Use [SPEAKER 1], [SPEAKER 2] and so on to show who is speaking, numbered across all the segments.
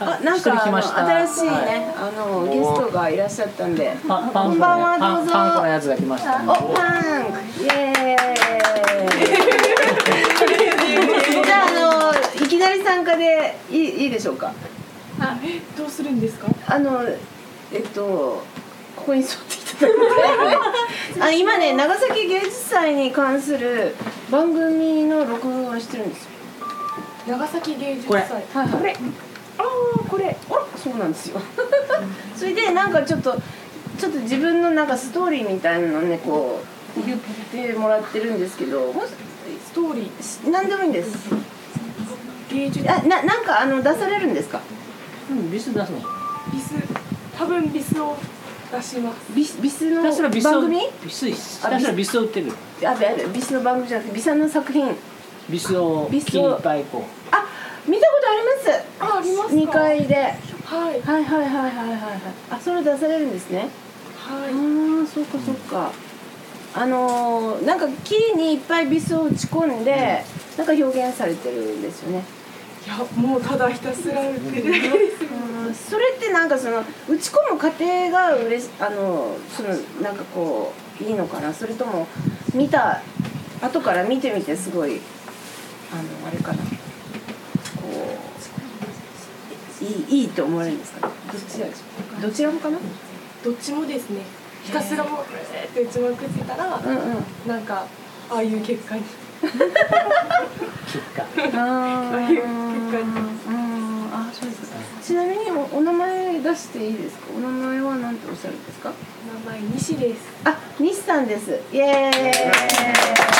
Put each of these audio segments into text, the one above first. [SPEAKER 1] あなんかあの新しいね、
[SPEAKER 2] は
[SPEAKER 1] あのゲストがいらっしゃったんで
[SPEAKER 2] パンパン
[SPEAKER 1] こ
[SPEAKER 2] 粉
[SPEAKER 1] ん
[SPEAKER 2] の
[SPEAKER 1] ばんは
[SPEAKER 2] パ
[SPEAKER 1] どう
[SPEAKER 2] ン
[SPEAKER 1] ぞ
[SPEAKER 2] パン粉のやつが来ました、
[SPEAKER 1] おパンクイエ ーイじゃああのいきなり参加でいいいいでしょうか
[SPEAKER 3] あえどうするんですか
[SPEAKER 1] あのえっとここに座ってきてただい てあ今ね長崎芸術祭に関する番組の録画をしてるんですよ
[SPEAKER 3] 長崎芸術
[SPEAKER 2] これ
[SPEAKER 3] 祭
[SPEAKER 1] はいはい、これああこれあらそうなんですよそれでなんかちょっとちょっと自分のなんかストーリーみたいなのをねこう言ってもらってるんですけども
[SPEAKER 3] ストーリー
[SPEAKER 1] し何でもいいんです
[SPEAKER 3] 芸術
[SPEAKER 1] あななんかあの出されるんですか
[SPEAKER 2] うん、ビス出すの
[SPEAKER 3] ビス多分ビスを出します
[SPEAKER 1] ビスビスの
[SPEAKER 2] 出したらビスを
[SPEAKER 1] 番組
[SPEAKER 2] ビス出したらビスを売ってる
[SPEAKER 1] あべあべビスの番組じゃなくてビスの作品
[SPEAKER 2] ビスを
[SPEAKER 1] ビスを
[SPEAKER 2] 木にいっぱいこ
[SPEAKER 1] あ見たことあります
[SPEAKER 3] あありますか
[SPEAKER 1] 2階ではい
[SPEAKER 3] はい
[SPEAKER 1] はいはいはいはいはいはいあそれ出されるんですねあ
[SPEAKER 3] はい
[SPEAKER 1] あそうかそうかあのーなんか木にいっぱいビスを打ち込んで、なんか表現されてるんですよね、
[SPEAKER 3] いやもうただひたすら売ってる
[SPEAKER 1] うん、それってなんかその打ち込む過程がうれしあのーそのなんかこういいのかなそれとも見た後から見てみてすごいあのあれかなこういいいいと思われるんですかねどっちらどちらもかな
[SPEAKER 3] どっちもですねひたすらもうえーって打ちまくってたら
[SPEAKER 1] うんうん
[SPEAKER 3] なんかああいう結果に
[SPEAKER 2] う切った
[SPEAKER 1] あ
[SPEAKER 3] いう結果に
[SPEAKER 1] あそうですかちなみにおお名前出していいですかお名前は何ておっしゃるんですか
[SPEAKER 3] 名前西です
[SPEAKER 1] あ西さんですイエーイ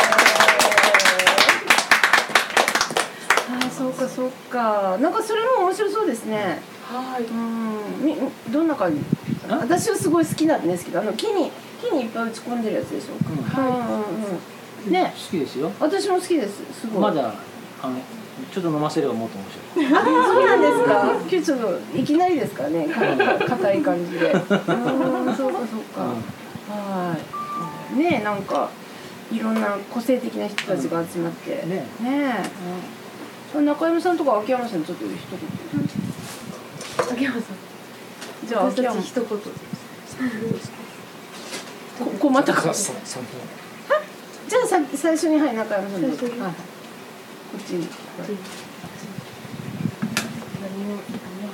[SPEAKER 1] あそうかそうかなんかそれも面白そうですね
[SPEAKER 3] はい
[SPEAKER 1] うんみどんな感じ
[SPEAKER 2] ん
[SPEAKER 1] 私はすごい好きなんですけどあの木に木にいっぱい打ち込んでるやつでしょうか、
[SPEAKER 2] うん
[SPEAKER 3] はい
[SPEAKER 1] うんうんうんね
[SPEAKER 2] 好きですよ
[SPEAKER 1] 私も好きですすごい
[SPEAKER 2] まだあのちょっと飲ませればもっと面白い
[SPEAKER 1] あそうなんですか。今日ちょっといきなりですからね。硬い感じで。うーんそうかそうか。はーい。ねえなんかいろんな個性的な人たちが集まって。
[SPEAKER 2] うん
[SPEAKER 1] ね
[SPEAKER 2] ね
[SPEAKER 1] え。そう中山さんとか秋山さんちょっと一言。
[SPEAKER 4] 竹山さん
[SPEAKER 1] じゃあ秋山
[SPEAKER 4] 一言
[SPEAKER 1] こ困ったか。じゃあさ最初にはい中山さんどうぞ。
[SPEAKER 4] 最初に
[SPEAKER 1] はいはい。こっちに。
[SPEAKER 4] 何を何を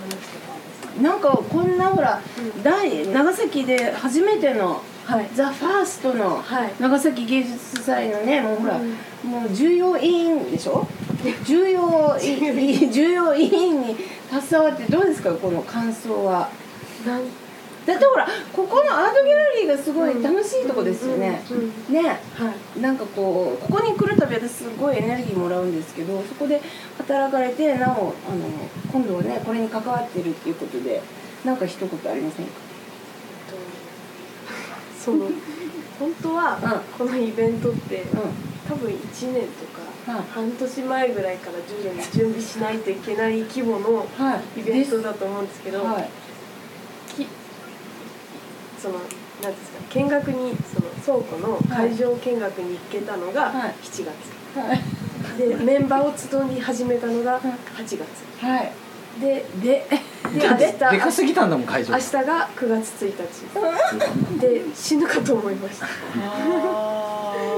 [SPEAKER 4] 話してたんですか
[SPEAKER 1] なんかこんなほら、大長崎で初めての
[SPEAKER 4] はい
[SPEAKER 1] ザ・ファーストの
[SPEAKER 4] はい
[SPEAKER 1] 長崎芸術祭のねもうほら、
[SPEAKER 4] うん
[SPEAKER 1] もう重要委員でしょ重要委 員重要委員に携わってどうですかこの感想は
[SPEAKER 4] なん
[SPEAKER 1] だってほらここのアートギャラリーがすごい楽しいとこですよね、
[SPEAKER 4] うんうんうん
[SPEAKER 1] ね
[SPEAKER 4] はい
[SPEAKER 1] なんかこうここに来るたび私すごいエネルギーもらうんですけどそこで働かれてなおあの今度はねこれに関わってるっていうことでなんか一言ありませんか
[SPEAKER 4] とその本当はこのイベントって
[SPEAKER 1] う
[SPEAKER 4] 多分1年と
[SPEAKER 1] はい
[SPEAKER 4] か半年前ぐらいから徐々に準備しないといけない規模の
[SPEAKER 1] んはい
[SPEAKER 4] イベントだと思うんですけど、
[SPEAKER 1] はい
[SPEAKER 4] きそのなんですか見学にその倉庫の会場見学に行けたのが
[SPEAKER 1] はい
[SPEAKER 4] 7月、
[SPEAKER 1] はい
[SPEAKER 4] でメンバーを集い始めたのが8月
[SPEAKER 1] はい
[SPEAKER 4] で
[SPEAKER 1] で
[SPEAKER 4] で明
[SPEAKER 2] ででか
[SPEAKER 4] 日
[SPEAKER 2] すぎたんだもん会場
[SPEAKER 4] 明日が9月1日で死ぬかと思いました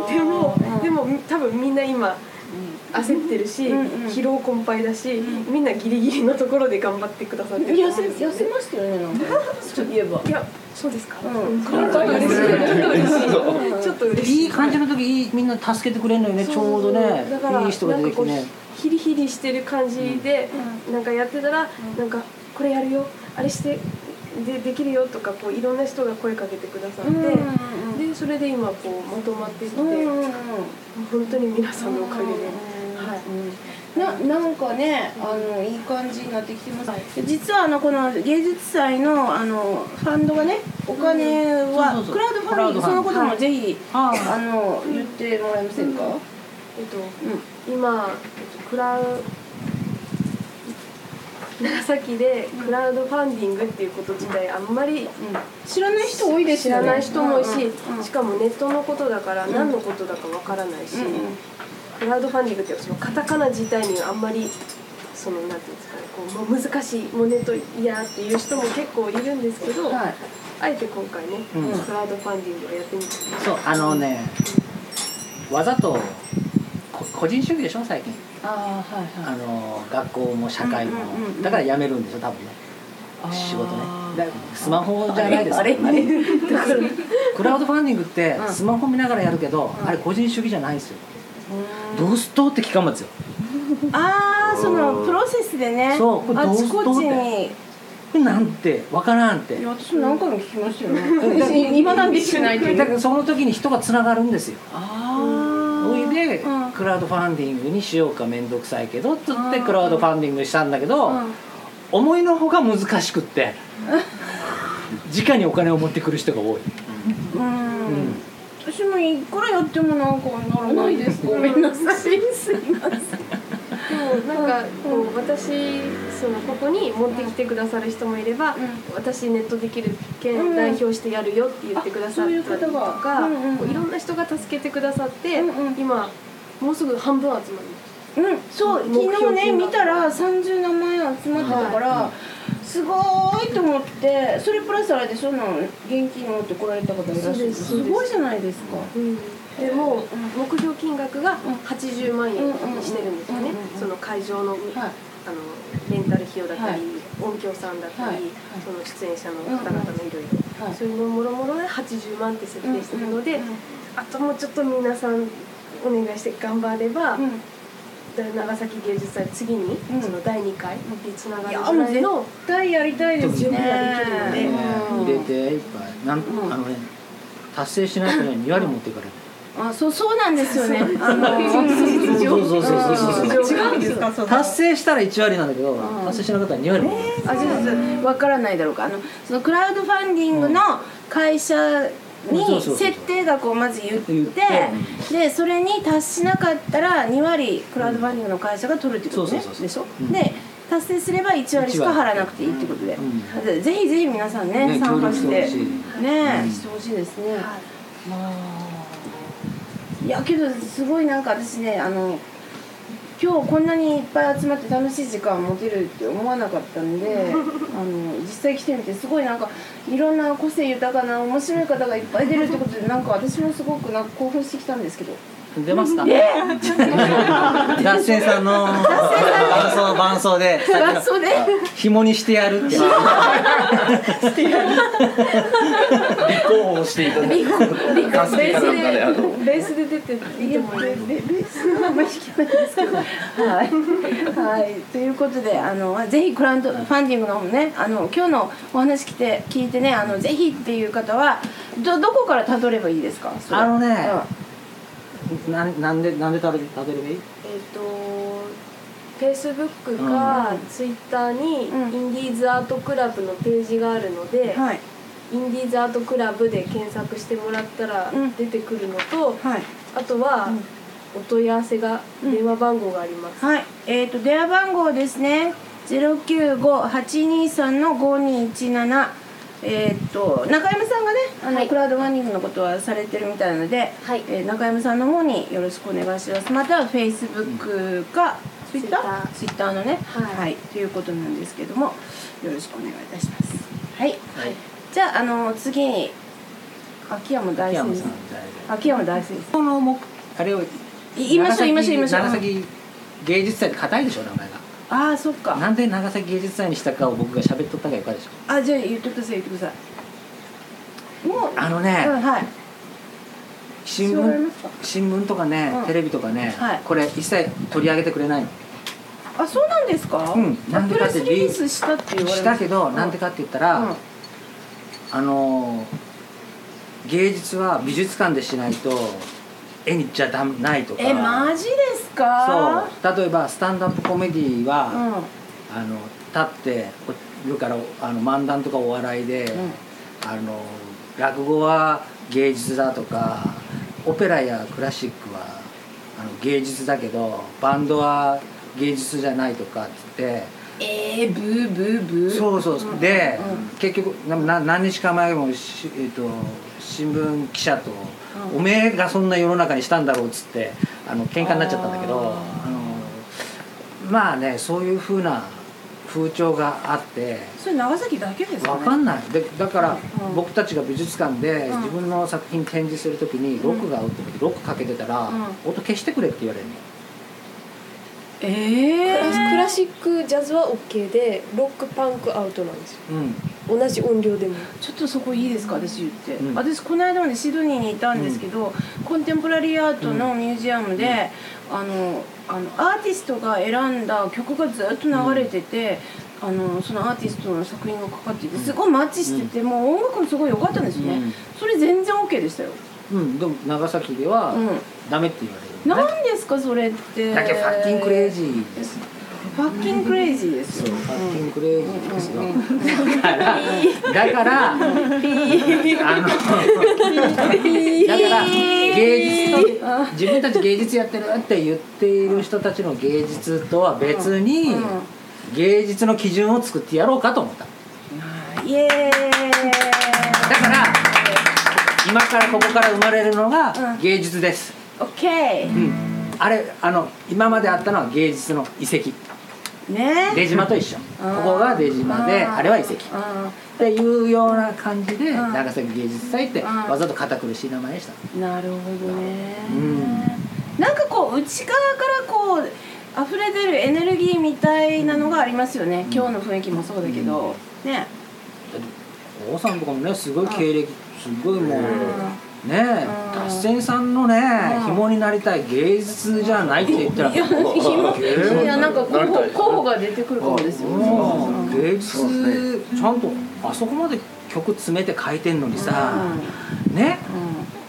[SPEAKER 4] でも、でも多分みんな今焦ってるし、
[SPEAKER 1] うんうん
[SPEAKER 4] 疲労困憊だし、
[SPEAKER 1] う
[SPEAKER 4] みんなギリギリのところで頑張ってくださってると
[SPEAKER 1] 痩
[SPEAKER 4] 思う
[SPEAKER 1] せ
[SPEAKER 4] んですよ
[SPEAKER 1] 痩せましたよねなんかそういえば
[SPEAKER 4] いやそうですか、
[SPEAKER 1] うん
[SPEAKER 4] ちょっと嬉しいちょっと嬉しいちょっと嬉しい
[SPEAKER 2] いい感じの時いいみんな助けてくれるのよねちょうどね
[SPEAKER 4] だから
[SPEAKER 2] いい人が出てきて
[SPEAKER 4] な
[SPEAKER 2] ね
[SPEAKER 4] んかこうヒリヒリしてる感じで、なんかやってたら、なんかこれやるよあれしてでできるよとかこういろんな人が声かけてくださって、
[SPEAKER 1] うん
[SPEAKER 4] でそれで今こうまとまってきて、
[SPEAKER 1] うんうんうん
[SPEAKER 4] 本当に皆さんのおかげで、はい
[SPEAKER 1] はいななんかねあのいい感じになってきてます、
[SPEAKER 4] はい
[SPEAKER 1] 実はあのこの芸術祭のあのファンドがねお金は、
[SPEAKER 2] うんそうそうそう
[SPEAKER 1] クラウドファンディング
[SPEAKER 2] ク
[SPEAKER 1] そ
[SPEAKER 2] ラ
[SPEAKER 1] の
[SPEAKER 2] ウド
[SPEAKER 1] こ
[SPEAKER 2] フ
[SPEAKER 1] と
[SPEAKER 2] ァン
[SPEAKER 1] もぜひ、
[SPEAKER 2] ああ
[SPEAKER 1] あの言ってもらえませんか、うん
[SPEAKER 4] えっと今えっとクラウ長崎でクラウドファンディングっていうこと自体あんまり
[SPEAKER 1] 知らない人多いです
[SPEAKER 4] 知
[SPEAKER 1] よ
[SPEAKER 4] ら
[SPEAKER 1] ね
[SPEAKER 4] ない人も多いし、
[SPEAKER 1] うんうん
[SPEAKER 4] しかもネットのことだから
[SPEAKER 1] ん
[SPEAKER 4] 何のことだかわからないし、
[SPEAKER 1] うんうん
[SPEAKER 4] クラウドファンディングってそのカタカナ自体にあんまりそのなんていうんですかねこうもう難しいもうネット嫌っていう人も結構いるんですけど、
[SPEAKER 1] はい
[SPEAKER 4] あえて今回ね、
[SPEAKER 2] うん
[SPEAKER 4] クラウドファンディングをやってみて
[SPEAKER 2] そうあのねわざとこ個人主義でしょ最近
[SPEAKER 1] ああはい
[SPEAKER 2] あ
[SPEAKER 1] はい
[SPEAKER 2] の学校も社会も
[SPEAKER 1] うんうんうんうん
[SPEAKER 2] だから辞めるんでしょ多分ね仕事ねだからスマホじゃないです
[SPEAKER 1] あれあれだから
[SPEAKER 2] クラウドファンディングって
[SPEAKER 1] うん
[SPEAKER 2] スマホ見ながらやるけど、
[SPEAKER 1] うん
[SPEAKER 2] あれ個人主義じゃないんですよ、どうすっとって期間待つよ
[SPEAKER 1] ああそのプロセスでね
[SPEAKER 2] そうこれど
[SPEAKER 1] あ
[SPEAKER 2] う
[SPEAKER 1] ちこちに
[SPEAKER 2] これなんてわからんって
[SPEAKER 1] いや私も何回も聞きましたよねいまだにできてないという
[SPEAKER 2] だからその時に人がつながるんですよ
[SPEAKER 1] あ
[SPEAKER 2] おいで、
[SPEAKER 1] うん
[SPEAKER 2] クラウドファンディングにしようか面倒くさいけどっつっ
[SPEAKER 1] う
[SPEAKER 2] て
[SPEAKER 1] ん
[SPEAKER 2] クラウドファンディングしたんだけど、
[SPEAKER 1] うん
[SPEAKER 2] 思いのほか難し くって直にお金を持ってくる人が多い、
[SPEAKER 1] うん、
[SPEAKER 2] うん
[SPEAKER 1] 私もいくらやってもなんかならないですごめんなさいすいません
[SPEAKER 4] でもなんかこう私そのここに持ってきてくださる人もいれば、
[SPEAKER 1] ん
[SPEAKER 4] 私ネットできる
[SPEAKER 1] う
[SPEAKER 4] 件
[SPEAKER 1] ん
[SPEAKER 4] 代表してやるよって言ってくださったりと
[SPEAKER 1] あそういう方が
[SPEAKER 4] か
[SPEAKER 1] うんうん
[SPEAKER 4] こういろんな人が助けてくださって、
[SPEAKER 1] うんうん
[SPEAKER 4] 今もうすぐ半分集まり
[SPEAKER 1] うん、そう
[SPEAKER 4] 目標
[SPEAKER 1] 昨日ね
[SPEAKER 4] 金
[SPEAKER 1] 見
[SPEAKER 4] 額
[SPEAKER 1] たら30名前集まってたから、すごーいと思ってそれプラスあれでしょな現金持ってこられた方いらっし
[SPEAKER 4] そ
[SPEAKER 1] ゃ
[SPEAKER 4] う
[SPEAKER 1] る
[SPEAKER 4] です
[SPEAKER 1] すごいじゃないですか、
[SPEAKER 4] でも目標金額が80万円にしてるんですよ
[SPEAKER 1] うんう
[SPEAKER 4] ね
[SPEAKER 1] んうんうん
[SPEAKER 4] その会場の,、
[SPEAKER 1] はい
[SPEAKER 4] あのレンタル費用だったり、
[SPEAKER 1] はい
[SPEAKER 4] 音響さんだったり、
[SPEAKER 1] はい
[SPEAKER 4] その出演者の方々のいろいろ、
[SPEAKER 1] はい
[SPEAKER 4] そういうのもろもろで80万って設定してるので、
[SPEAKER 1] うんうん
[SPEAKER 4] あともうちょっと皆さんお願いして頑張れば、
[SPEAKER 1] うん
[SPEAKER 4] 長崎芸術祭次に、
[SPEAKER 1] うん
[SPEAKER 4] その第2回につなが
[SPEAKER 1] い
[SPEAKER 4] る
[SPEAKER 1] やもう
[SPEAKER 4] ぐらい
[SPEAKER 1] 絶
[SPEAKER 4] の
[SPEAKER 1] 対やりたいですね
[SPEAKER 4] 準備ができるので
[SPEAKER 2] ね
[SPEAKER 1] うん
[SPEAKER 2] 入れていっぱいなん、
[SPEAKER 1] うん
[SPEAKER 2] あのね達成しないとね2割持っていかれる
[SPEAKER 1] あそうそうなんですよねあの
[SPEAKER 2] そうそうそうそうそうそう
[SPEAKER 1] うん
[SPEAKER 3] 違うんですかその
[SPEAKER 2] 達成したら1割なんだけど、
[SPEAKER 1] ん
[SPEAKER 2] 達成しなかったら2割持っていかれ る
[SPEAKER 1] あ、ちょっとわからないだろうか。あのそのクラウドファンディングの会社
[SPEAKER 2] うんそう
[SPEAKER 1] に
[SPEAKER 2] そうそうそう
[SPEAKER 1] 設定額をまず言って
[SPEAKER 2] 言って
[SPEAKER 1] でそれに達しなかったら2割クラウドファンディングの会社が取るってことね、
[SPEAKER 2] そうそうそうそう
[SPEAKER 1] でしょ、
[SPEAKER 2] うん
[SPEAKER 1] で達成すれば1割しか払わなくていいってことで、
[SPEAKER 2] うん
[SPEAKER 1] でぜひぜひ皆さんね
[SPEAKER 2] ね
[SPEAKER 1] 参加して
[SPEAKER 2] 協
[SPEAKER 1] ね
[SPEAKER 2] 力してほ
[SPEAKER 1] え、
[SPEAKER 2] うん
[SPEAKER 1] してほしいですね、
[SPEAKER 4] はい
[SPEAKER 1] まあいやけどすごいなんか私ねあの今日こんなにいっぱい集まって楽しい時間持てるって思わなかったんであの実際来てみてすごいなんかいろんな個性豊かな面白い方がいっぱい出るってことでなんか私もすごくなんか興奮してきたんですけど
[SPEAKER 2] 出ますかダッセンさんの伴奏伴奏で
[SPEAKER 1] あそうね
[SPEAKER 2] 紐にしてやるって
[SPEAKER 5] 立候補もしていただいて助けかなんかであの
[SPEAKER 4] ベースで出てい
[SPEAKER 1] い
[SPEAKER 4] て
[SPEAKER 1] や
[SPEAKER 4] もら
[SPEAKER 1] レ
[SPEAKER 4] える
[SPEAKER 1] レレースはあんまり聞けないですけどはい、はい、ということであのぜひクラウドファンディングの方ねあの今日のお話聞いて聞いてねあのぜひっていう方はどどこからたどればいいですかそれ
[SPEAKER 2] あのねななんでなんで食べ食べればいい
[SPEAKER 4] えっ、とフェイスブックかツイッターに
[SPEAKER 1] うん
[SPEAKER 4] インディーズアートクラブのページがあるので、
[SPEAKER 1] うん、はい
[SPEAKER 4] インディーズアートクラブで検索してもらったら
[SPEAKER 1] うん
[SPEAKER 4] 出てくるのと、
[SPEAKER 1] はい
[SPEAKER 4] あとはお問い合わせが電話番号があります、
[SPEAKER 1] はい、えっ、と電話番号ですね。ゼロ九五八二三の五二一七。えっ、と中山さんがね、あの、
[SPEAKER 4] はい
[SPEAKER 1] クラウドファンディングのことはされてるみたいなので、
[SPEAKER 4] はい
[SPEAKER 1] えー中山さんの方によろしくお願いします。またはフェイスブックか、ツイッター、ツイッターのね、
[SPEAKER 4] はい
[SPEAKER 1] ということなんですけども、よろしくお願いいたします。はい。
[SPEAKER 2] はい
[SPEAKER 1] じゃああの次に秋山大先
[SPEAKER 2] 秋山
[SPEAKER 1] 生
[SPEAKER 2] さん。誰
[SPEAKER 1] 秋山大先生。
[SPEAKER 2] この目あれを
[SPEAKER 1] 言いましょう言いましょう言いましょう
[SPEAKER 2] 長崎芸術祭で硬いでしょ名前が
[SPEAKER 1] ああそっか。
[SPEAKER 2] なんで長崎芸術祭にしたかを僕が喋っとったがよかでしょ
[SPEAKER 1] あじゃあ言ってください言ってください。もう
[SPEAKER 2] あのね、
[SPEAKER 1] うんはい。
[SPEAKER 2] 新
[SPEAKER 1] そうなり
[SPEAKER 2] 聞
[SPEAKER 1] ますか
[SPEAKER 2] 新聞とかね、
[SPEAKER 1] うん
[SPEAKER 2] テレビとかね、
[SPEAKER 1] はい
[SPEAKER 2] これ一切取り上げてくれないの
[SPEAKER 1] あそうなんですか、
[SPEAKER 2] うんなんで
[SPEAKER 1] プ
[SPEAKER 2] か
[SPEAKER 1] レ
[SPEAKER 2] って
[SPEAKER 1] スリリースしたって言われ
[SPEAKER 2] したけど、
[SPEAKER 1] うん
[SPEAKER 2] なんでかって言ったら、
[SPEAKER 1] うん
[SPEAKER 2] あのー芸術は美術館でしないと絵にじゃだないとか
[SPEAKER 1] えマジですか
[SPEAKER 2] そう例えばスタンダップコメディは、
[SPEAKER 1] ん
[SPEAKER 2] あの立ってこるからあの漫談とかお笑いで、
[SPEAKER 1] ん
[SPEAKER 2] あの落語は芸術だとかオペラやクラシックはあの芸術だけどバンドは芸術じゃないとかっつって
[SPEAKER 1] えー、ブーブーブー
[SPEAKER 2] そうそうそうで、
[SPEAKER 1] うん
[SPEAKER 2] 結局なな何日か前もし、えっと新聞記者と、
[SPEAKER 1] うん
[SPEAKER 2] おめえがそんな世の中にしたんだろう」っつってあの喧嘩になっちゃったんだけど
[SPEAKER 1] あ
[SPEAKER 2] あ
[SPEAKER 1] ー
[SPEAKER 2] のまあねそういうふうな風潮があって
[SPEAKER 1] それ長崎だけですか
[SPEAKER 2] わ
[SPEAKER 1] ね
[SPEAKER 2] かんないでだから
[SPEAKER 1] うん
[SPEAKER 2] 僕たちが美術館で
[SPEAKER 1] うん
[SPEAKER 2] 自分の作品展示するときにロックが合うって時ロックかけてたら
[SPEAKER 1] う
[SPEAKER 2] 音消してくれって言われるの
[SPEAKER 1] ええ
[SPEAKER 4] クラシックジャズは OK でロックパンクアウトなんですよ
[SPEAKER 2] うん
[SPEAKER 4] 同じ音量でも
[SPEAKER 1] ちょっとそこいいですか私言って、
[SPEAKER 2] うん
[SPEAKER 1] 私この間までシドニーにいたんですけど、コンテンポラリーアートのミュージアムで、あのあのアーティストが選んだ曲がずっと流れてて、あのそのアーティストの作品がかかっててすごいマッチしてて、もう音楽もすごい良かったんですよね、
[SPEAKER 2] うん
[SPEAKER 1] それ全然 OK でしたよ、
[SPEAKER 2] うんでも長崎では
[SPEAKER 1] う
[SPEAKER 2] ダメって言わ
[SPEAKER 1] ん、
[SPEAKER 2] れる、
[SPEAKER 1] なんですかそれって
[SPEAKER 2] だけどファッキンクレイジ
[SPEAKER 1] ー
[SPEAKER 2] ーです
[SPEAKER 1] ファッキンクレイジーです
[SPEAKER 2] そう
[SPEAKER 1] よ、
[SPEAKER 2] ファッキンクレイジーですよ
[SPEAKER 1] うんう
[SPEAKER 2] だからだからあのだから芸術と自分たち芸術やってるって言っている人たちの芸術とは別に
[SPEAKER 1] うんうん
[SPEAKER 2] 芸術の基準を作ってやろうかと思った
[SPEAKER 1] イエーイ
[SPEAKER 2] だから今からここから生まれるのが
[SPEAKER 1] うん
[SPEAKER 2] 芸術です、
[SPEAKER 1] オッケー
[SPEAKER 2] うん、あれあの今まであったのは芸術の遺跡
[SPEAKER 1] ね
[SPEAKER 2] 出島と一緒ここが出島で
[SPEAKER 1] あー
[SPEAKER 2] あれは遺跡
[SPEAKER 1] う
[SPEAKER 2] っていうような感じで
[SPEAKER 1] うん
[SPEAKER 2] 長崎芸術祭って
[SPEAKER 1] うん
[SPEAKER 2] わざと堅苦しい名前でした
[SPEAKER 1] んなるほどね、
[SPEAKER 2] うん
[SPEAKER 1] なんかこう内側からこう溢れ出るエネルギーみたいなのがありますよね、今日の雰囲気もそうだけど、ね
[SPEAKER 2] 王さんとかもねすごい経歴すごいもうねえ
[SPEAKER 1] うん
[SPEAKER 2] 合戦さんのね
[SPEAKER 1] ん
[SPEAKER 2] 紐になりたい芸術じゃないって言ったら
[SPEAKER 1] いやいやなんか候補候補が出てくるかもですよ、
[SPEAKER 2] もう芸
[SPEAKER 5] そうです
[SPEAKER 2] 術ちゃんとあそこまで曲詰めて書いてんのにさね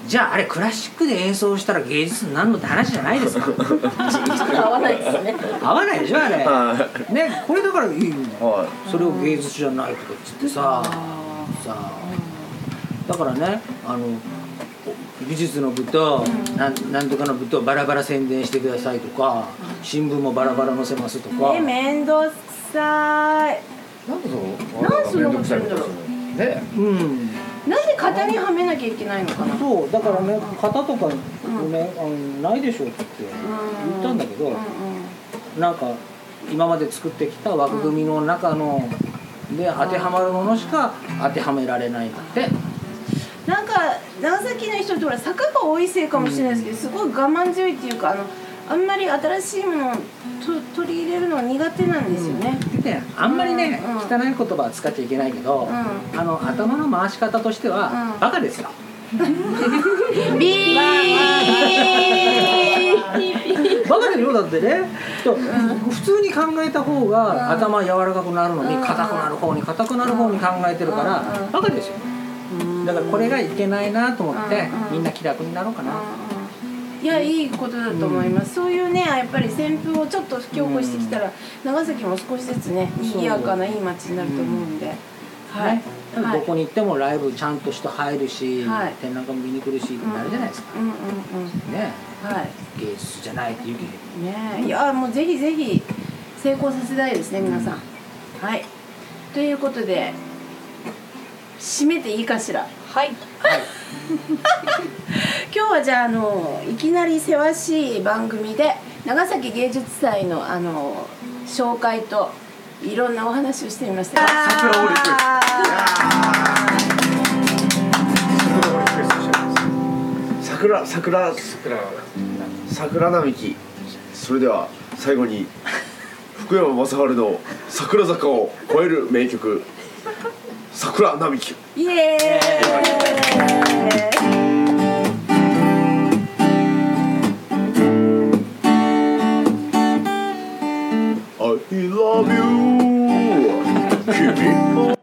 [SPEAKER 1] う
[SPEAKER 2] じゃああれクラシックで演奏したら芸術になんのって話じゃないですか
[SPEAKER 1] ん、合わないですね
[SPEAKER 2] 合わないでしょあれ
[SPEAKER 5] は
[SPEAKER 2] ねこれだからいいよ
[SPEAKER 5] いは
[SPEAKER 2] それを芸術じゃないとかっつってささだからねあの美術の部となんなんとかの部とバラバラ宣伝してくださいとか新聞もバラバラ載せますとか
[SPEAKER 1] え面倒くさい
[SPEAKER 5] いなんでその
[SPEAKER 1] なんでそんなこと
[SPEAKER 5] 面倒くさいことするのね
[SPEAKER 2] うん
[SPEAKER 1] なんで型にはめなきゃいけないのかな
[SPEAKER 2] そうだからね型とかね、あのないでしょうって言ったんだけど、なんか今まで作ってきた枠組みの中の、で当てはまるものしか当てはめられないんだって。
[SPEAKER 1] なんか長崎の人ってほら坂が多いせいかもしれないですけど、すごい我慢強いっていうかあのあんまり新しいものをと取り入れるのは苦手なんですよね。
[SPEAKER 2] ね、あんまりね、
[SPEAKER 1] うんうん
[SPEAKER 2] 汚い言葉は使っちゃいけないけど、
[SPEAKER 1] う
[SPEAKER 2] あの頭の回し方としては、
[SPEAKER 1] うん
[SPEAKER 2] バカですよ。
[SPEAKER 1] ビー
[SPEAKER 2] バカでよだってね、と普通に考えた方が頭柔らかくなるのに
[SPEAKER 1] うん
[SPEAKER 2] 硬くなる方に硬くなる方に考えてるから
[SPEAKER 1] うんうん
[SPEAKER 2] バカですよ。だからこれがいけないなと思って
[SPEAKER 1] うんうん
[SPEAKER 2] みんな気楽になろうかな。
[SPEAKER 1] いやいいことだと思います、そういうねやっぱり旋風をちょっと吹き起こしてきたら、長崎も少しずつね賑やかないい街になると思うんで、はい、
[SPEAKER 2] ね
[SPEAKER 1] はい
[SPEAKER 2] どこに行ってもライブちゃんと人入るし、
[SPEAKER 1] はい
[SPEAKER 2] 展覧会も見に来るしってなるじゃないですか。
[SPEAKER 1] うんうんうん
[SPEAKER 2] ね、
[SPEAKER 1] はい
[SPEAKER 2] 芸術じゃないっていうけど。
[SPEAKER 1] ねえいやもうぜひぜひ成功させたいですね皆さん、はいということで締めていいかしら
[SPEAKER 3] はい
[SPEAKER 1] 今日はじゃああのいきなりせわしい番組で長崎芸術祭のあの紹介といろんなお話をしてみました
[SPEAKER 5] 桜をリクエスト桜桜桜桜並木それでは最後に福山雅治の桜坂を超える名曲桜並木
[SPEAKER 1] イエーイ
[SPEAKER 5] 「I love you」君を